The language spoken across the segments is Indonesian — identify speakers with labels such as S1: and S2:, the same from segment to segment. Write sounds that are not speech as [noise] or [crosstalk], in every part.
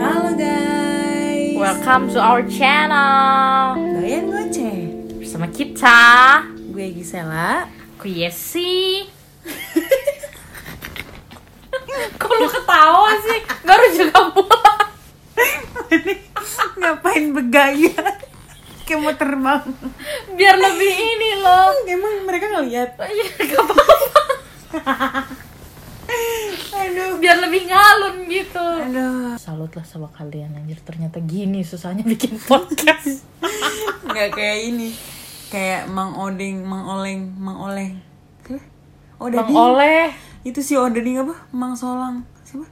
S1: Halo guys.
S2: Welcome to our channel
S1: Doyan Goceh.
S2: Bersama kita
S1: Gue Gisela. [laughs]
S2: Aku Yesi [laughs] Kok lu ketawa sih? Baru juga pulang
S1: Ngapain begaya? Kayak mau terbang.
S2: Biar lebih ini loh
S1: Emang mereka ngeliat?
S2: Iya, gak apa-apa
S1: Aduh.
S2: Biar lebih ngalun gitu
S1: Aduh.
S2: Salut lah sama kalian anjir Ternyata gini susahnya bikin podcast [laughs]
S1: Nggak kayak ini. Kayak Mang Odeng, Mang Oleng, Mang Oleng. Siapa?
S2: Bang
S1: Odading.
S2: Oleh
S1: Itu si Odading apa? Mang Solang. Siapa?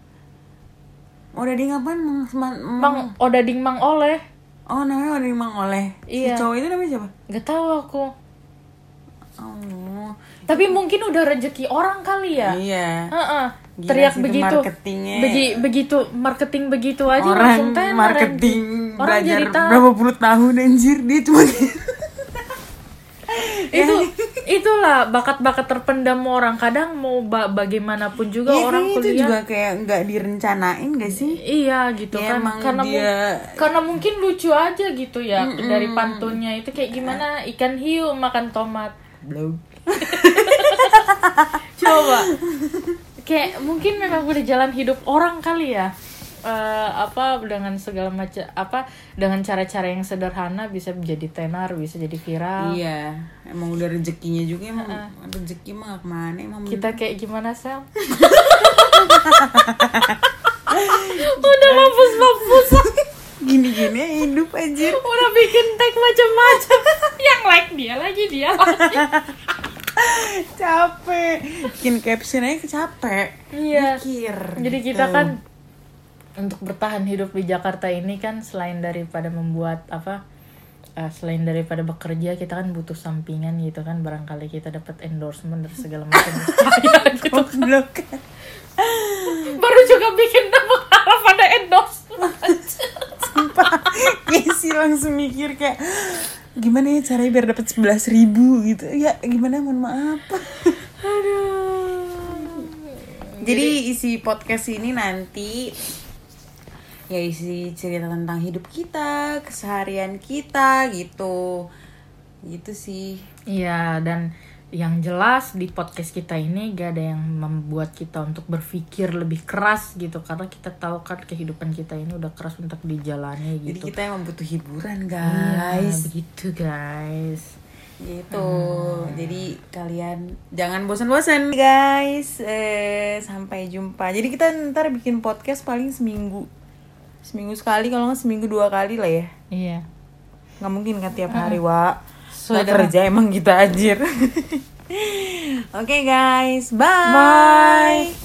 S1: Odading apaan? Mang, Mang- Mang-
S2: Bang Odading Mang Oleh
S1: Oh namanya Odading Mang Oleh. Si
S2: Iya.
S1: cowok itu namanya siapa?
S2: Gak tahu aku
S1: Oh.
S2: Tapi mungkin udah rezeki orang kali ya
S1: Iya.
S2: Heeh.
S1: Gila
S2: teriak
S1: sih itu
S2: begitu
S1: marketingnya.
S2: Begi- begitu marketing begitu aja
S1: orang
S2: langsung tenar,
S1: marketing
S2: anjing. orang
S1: belajar
S2: jadi tahu
S1: berapa ya? puluh tahun anjir dia [laughs] cuma gitu.
S2: itu itulah bakat-bakat terpendam orang kadang mau ba- bagaimanapun juga
S1: Iya,
S2: orang
S1: kayaknya itu
S2: kuliah
S1: juga kayak nggak direncanain gak sih
S2: iya gitu
S1: Ya,
S2: kan
S1: emang
S2: karena mu-
S1: dia-
S2: karena mungkin lucu aja gitu ya dari pantunnya itu kayak gimana ikan hiu makan tomat
S1: belum
S2: coba [laughs] kayak mungkin memang udah jalan hidup orang kali ya Eh, apa dengan segala macam apa dengan cara-cara yang sederhana bisa menjadi tenar bisa jadi viral
S1: iya emang udah rezekinya juga emang rezeki mah nggak kemana emang [laughs]
S2: kita kayak gimana sel udah mampus mampus
S1: gini gini hidup anjir
S2: udah bikin tag macam-macam yang like dia lagi dia lagi.
S1: capek bikin caption aja capek
S2: iya
S1: mikir gitu.
S2: Jadi kita kan untuk bertahan hidup di Jakarta ini kan selain daripada membuat apa eh, selain daripada bekerja kita kan butuh sampingan gitu kan barangkali kita dapat endorsement dari
S1: [laughs]
S2: segala macam upaya gitu.
S1: Oh, blok
S2: Baru juga bikin tepuk arah pada endorsement.
S1: sumpah [laughs] Casey langsung mikir kayak gimana ya caranya biar dapat sebelas ribu gitu ya gimana mohon maaf Jadi isi podcast ini nanti ya isi cerita tentang hidup kita, keseharian kita gitu. Gitu sih.
S2: Iya dan yang jelas di podcast kita ini gak ada yang membuat kita untuk berpikir lebih keras gitu karena kita tahu kan kehidupan kita ini udah keras untuk dijalani
S1: Jadi
S2: gitu.
S1: kita emang butuh hiburan,
S2: Iya,
S1: guys.
S2: begitu Ah, guys.
S1: Gitu.
S2: Hmm.
S1: Jadi kalian jangan bosan-bosan, guys. Eh, sampai jumpa. Jadi kita ntar bikin podcast paling seminggu. Seminggu sekali kalau nggak seminggu dua kali lah ya.
S2: Iya.
S1: nggak mungkin kan tiap hari
S2: Ah.
S1: wa nggak
S2: Saudara.
S1: kerja gitu, emang kita anjir oke guys bye.